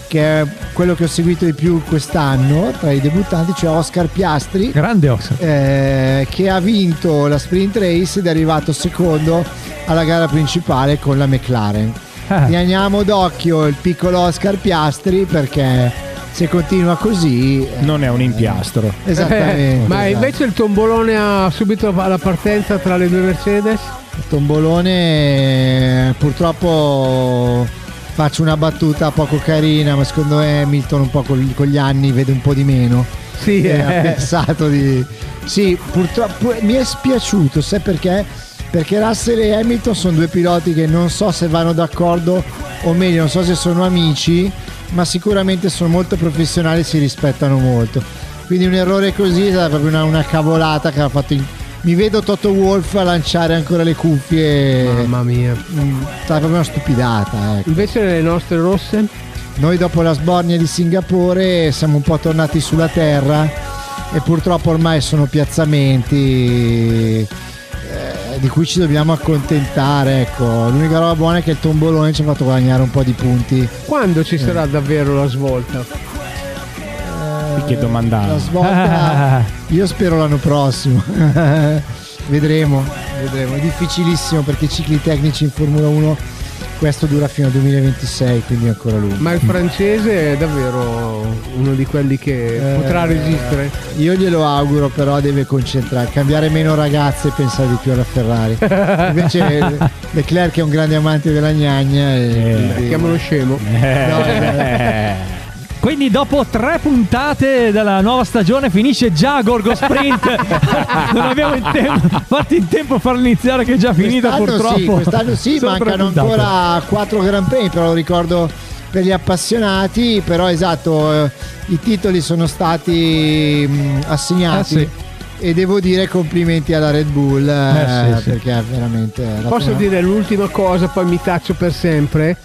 che è quello che ho seguito di più quest'anno tra i debuttanti, cioè Oscar Piastri Grande Oxford. eh, che ha vinto la sprint race ed è arrivato secondo alla gara principale con la McLaren. Ah. Teniamo d'occhio il piccolo Oscar Piastri perché se continua così... eh, Non è un impiastro. (laughs) Esattamente. esatto. Ma invece il tombolone ha subito alla partenza tra le due Mercedes? Il tombolone eh, purtroppo faccio una battuta poco carina, ma secondo me Hamilton un po' col- con gli anni vede un po' di meno. Sì, (laughs) Eh, ha eh. pensato di sì purtroppo eh, mi è spiaciuto sai perché perché Russell e Hamilton sono due piloti che non so se vanno d'accordo o meglio non so se sono amici ma sicuramente sono molto professionali e si rispettano molto quindi un errore così è stata proprio una, una cavolata che ha fatto in- mi vedo Toto Wolf a lanciare ancora le cuffie Mamma mia. Mm, è stata proprio una stupidata ecco. Invece le nostre rosse? Noi dopo la sbornia di Singapore siamo un po' tornati sulla terra e purtroppo ormai sono piazzamenti eh, di cui ci dobbiamo accontentare. Ecco. L'unica roba buona è che il tombolone ci ha fatto guadagnare un po' di punti. Quando ci sarà davvero la svolta? Che La domandare. svolta io spero l'anno prossimo. (laughs) vedremo, vedremo. È difficilissimo perché i cicli tecnici in Formula 1 Questo dura fino al 2026, quindi è ancora lungo. Ma il francese è davvero uno di quelli che potrà resistere. Io glielo auguro, però deve concentrare, cambiare meno ragazze e pensare di più (laughs) alla Ferrari. Invece Leclerc è un grande amante della gnagna e Eh, chiamalo scemo. eh, No, eh, Quindi dopo tre puntate della nuova stagione finisce già Gorgo Sprint. (laughs) non abbiamo in tempo, fatti in tempo a farla iniziare che è già finita Quest'anno purtroppo. Sì, quest'anno sì, Sono tre mancano puntate. ancora 4 Grand Prix, però lo ricordo per gli appassionati, però esatto, eh, i titoli sono stati mh, assegnati. Ah, sì. E devo dire complimenti alla Red Bull Eh, sì, eh, sì. perché è veramente la Posso prima- dire l'ultima cosa, poi mi taccio per sempre.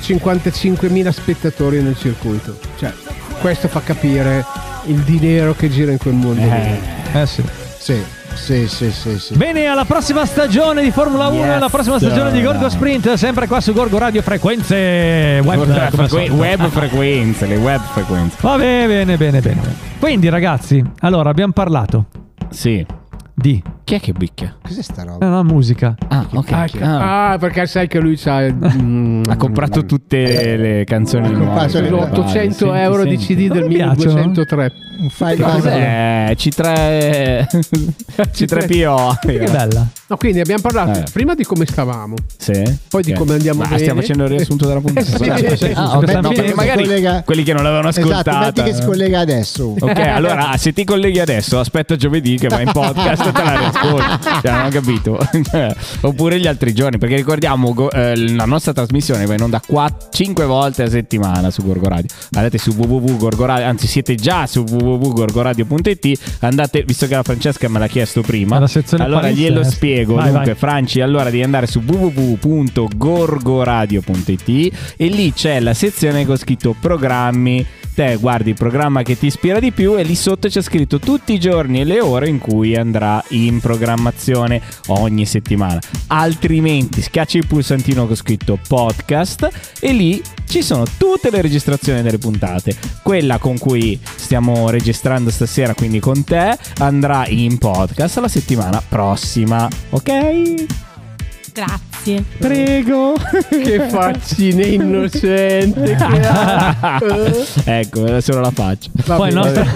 155.000 spettatori nel circuito. Cioè, questo fa capire il dinero che gira in quel mondo. Eh, sì. Sì, sì, sì, sì, sì. Bene, alla prossima stagione di Formula 1 alla prossima stagione di Gorgo Sprint, sempre qua su Gorgo Radio Frequenze Web. Web, come al frequen- solito. web frequenze, le web frequenze. Va bene, bene, bene, bene. Quindi ragazzi, allora abbiamo parlato. Sì. Di. Chi è che bicchia? Cos'è sta roba? È una musica. Ah, ok. Ah. Ah, perché sai che lui c'ha mm, Ha comprato tutte le canzoni nuove. l'800 Senti, euro di senti. CD del 1203. Un Che Cos'è? (laughs) C3 C3PO. Che bella. No, quindi abbiamo parlato Eh. prima di come stavamo, Sì. Poi di Ok. come andiamo Ma bene. stiamo facendo il riassunto della puntata. (laughs) Sì. Scusate, Sì. ah, Sì. ok, Sì. no, Sì. perché Sì. magari Collega- quelli che non l'avevano Esatto, ascoltata. eh. metti che scollega adesso. Ok, allora se ti colleghi adesso, aspetta giovedì che vai in podcast e te la riascolti. Cioè, non ho capito. (laughs) Oppure gli altri giorni, perché ricordiamo go- eh, la nostra trasmissione va in onda 5 volte a settimana su Gorgo Radio. Andate su www.gorgoradio, anzi siete già su www.gorgoradio.it, andate, visto che la Francesca me l'ha chiesto prima, Alla sezione allora palinsesto. glielo spiego. Vai, Dunque, vai. Franci, allora di andare su www.gorgoradio.it e lì c'è la sezione con scritto programmi. Te guardi il programma che ti ispira di più e lì sotto c'è scritto tutti i giorni e le ore in cui andrà in programmazione ogni settimana. Altrimenti schiacci il pulsantino con scritto podcast e lì ci sono tutte le registrazioni delle puntate. Quella con cui stiamo registrando stasera, quindi con te, andrà in podcast la settimana (laughs) prossima, ok? Eh. Grazie. Prego. Eh. che faccine (laughs) innocente che ha. Eh. ecco, era solo la faccia. Poi il, nostro, (laughs)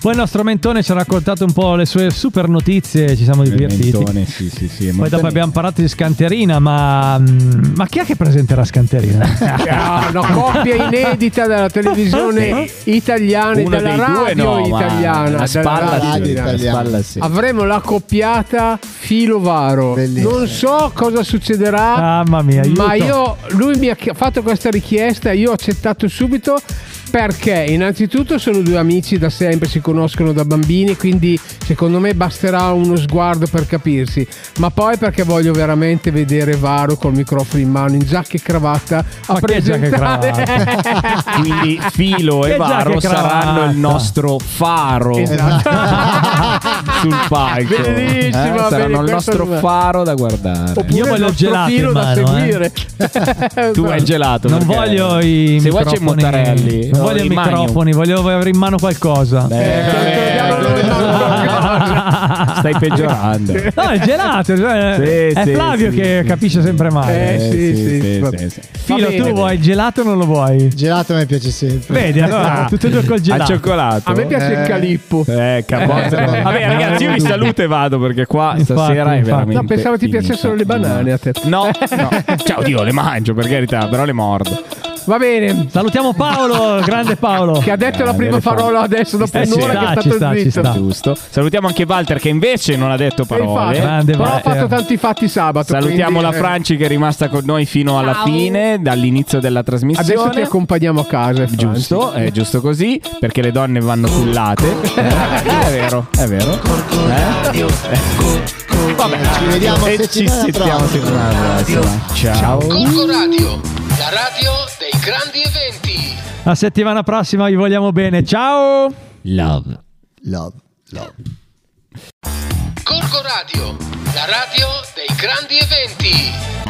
poi il nostro mentone ci ha raccontato un po' le sue super notizie, ci siamo divertiti. Mentone, sì, sì, sì. Poi dopo Mentone. abbiamo parlato di Scanterina, ma, mm, ma chi è che presenterà (laughs) Scanterina? Ah, una coppia inedita della televisione italiana e Uno della dei radio due no, ma italiana. la della spalla radio sì, italiana. la spalla sì. Avremo la coppiata Filovaro. Non so cosa succederà. Mamma mia, aiuto. Ma io, lui mi ha chi- fatto questa richiesta e io ho accettato subito perché innanzitutto sono due amici da sempre, si conoscono da bambini, quindi secondo me basterà uno sguardo per capirsi, ma poi perché voglio veramente vedere Varo col microfono in mano, in giacca e cravatta, a Ma che giacca e presentare... (laughs) Quindi Filo Eh Che e giacca Varo e cravatta. saranno il nostro faro Esatto. sul palco. Bellissimo, Eh, bene, saranno il questo nostro mi- faro da (laughs) guardare. Oppure Io voglio il nostro gelato in filo da mano, eh. (laughs) seguire. tu hai il gelato. Non perché- voglio i Se vuoi c'è microfoni. Mottarelli. Non voglio i Magno. microfoni, voglio avere in mano qualcosa. Eh, eh, (laughs) Stai Eh, peggiorando. No, è gelato. cioè, (laughs) Sì, è sì, Flavio sì, che capisce sempre male. Eh, sì, sì, sì, vabbè. sì, sì. Filo, Va bene. tu vuoi il gelato o non lo vuoi? Gelato a me piace sempre. Vedi, (laughs) allora, tutto e due col gelato. Al cioccolato. A me piace il calippo. Eh, capozza. Eh, vabbè. Vabbè, ragazzi, io vi saluto e vado perché qua stasera è infatti. veramente. No, pensavo ti finita. piacessero le banane a te. (laughs) No, no. Ciao, Dio, le mangio per carità, però le mordo. Va bene. Salutiamo Paolo, grande Paolo. Che ha detto la Grande Eh, prima Paolo. parola adesso dopo Eh, sì. un'ora che è stato zitto. Giusto. Salutiamo anche Walter che invece non ha detto E infatti, parole. però ho fatto tanti fatti sabato. Salutiamo quindi, la eh, Franci che è rimasta con noi fino alla Ciao. fine, dall'inizio della trasmissione. Adesso ti accompagniamo a casa. Franci. Giusto, è giusto così, perché le donne vanno cullate. (laughs) Eh, è vero, è vero. Eh? Eh. Vabbè, ci vediamo e ci settimana sentiamo prossima. settimana prossima. Ciao. Corco Radio, la radio dei grandi eventi. La settimana prossima vi vogliamo bene. Ciao. Love. Love, love. Corco Radio, la radio dei grandi eventi.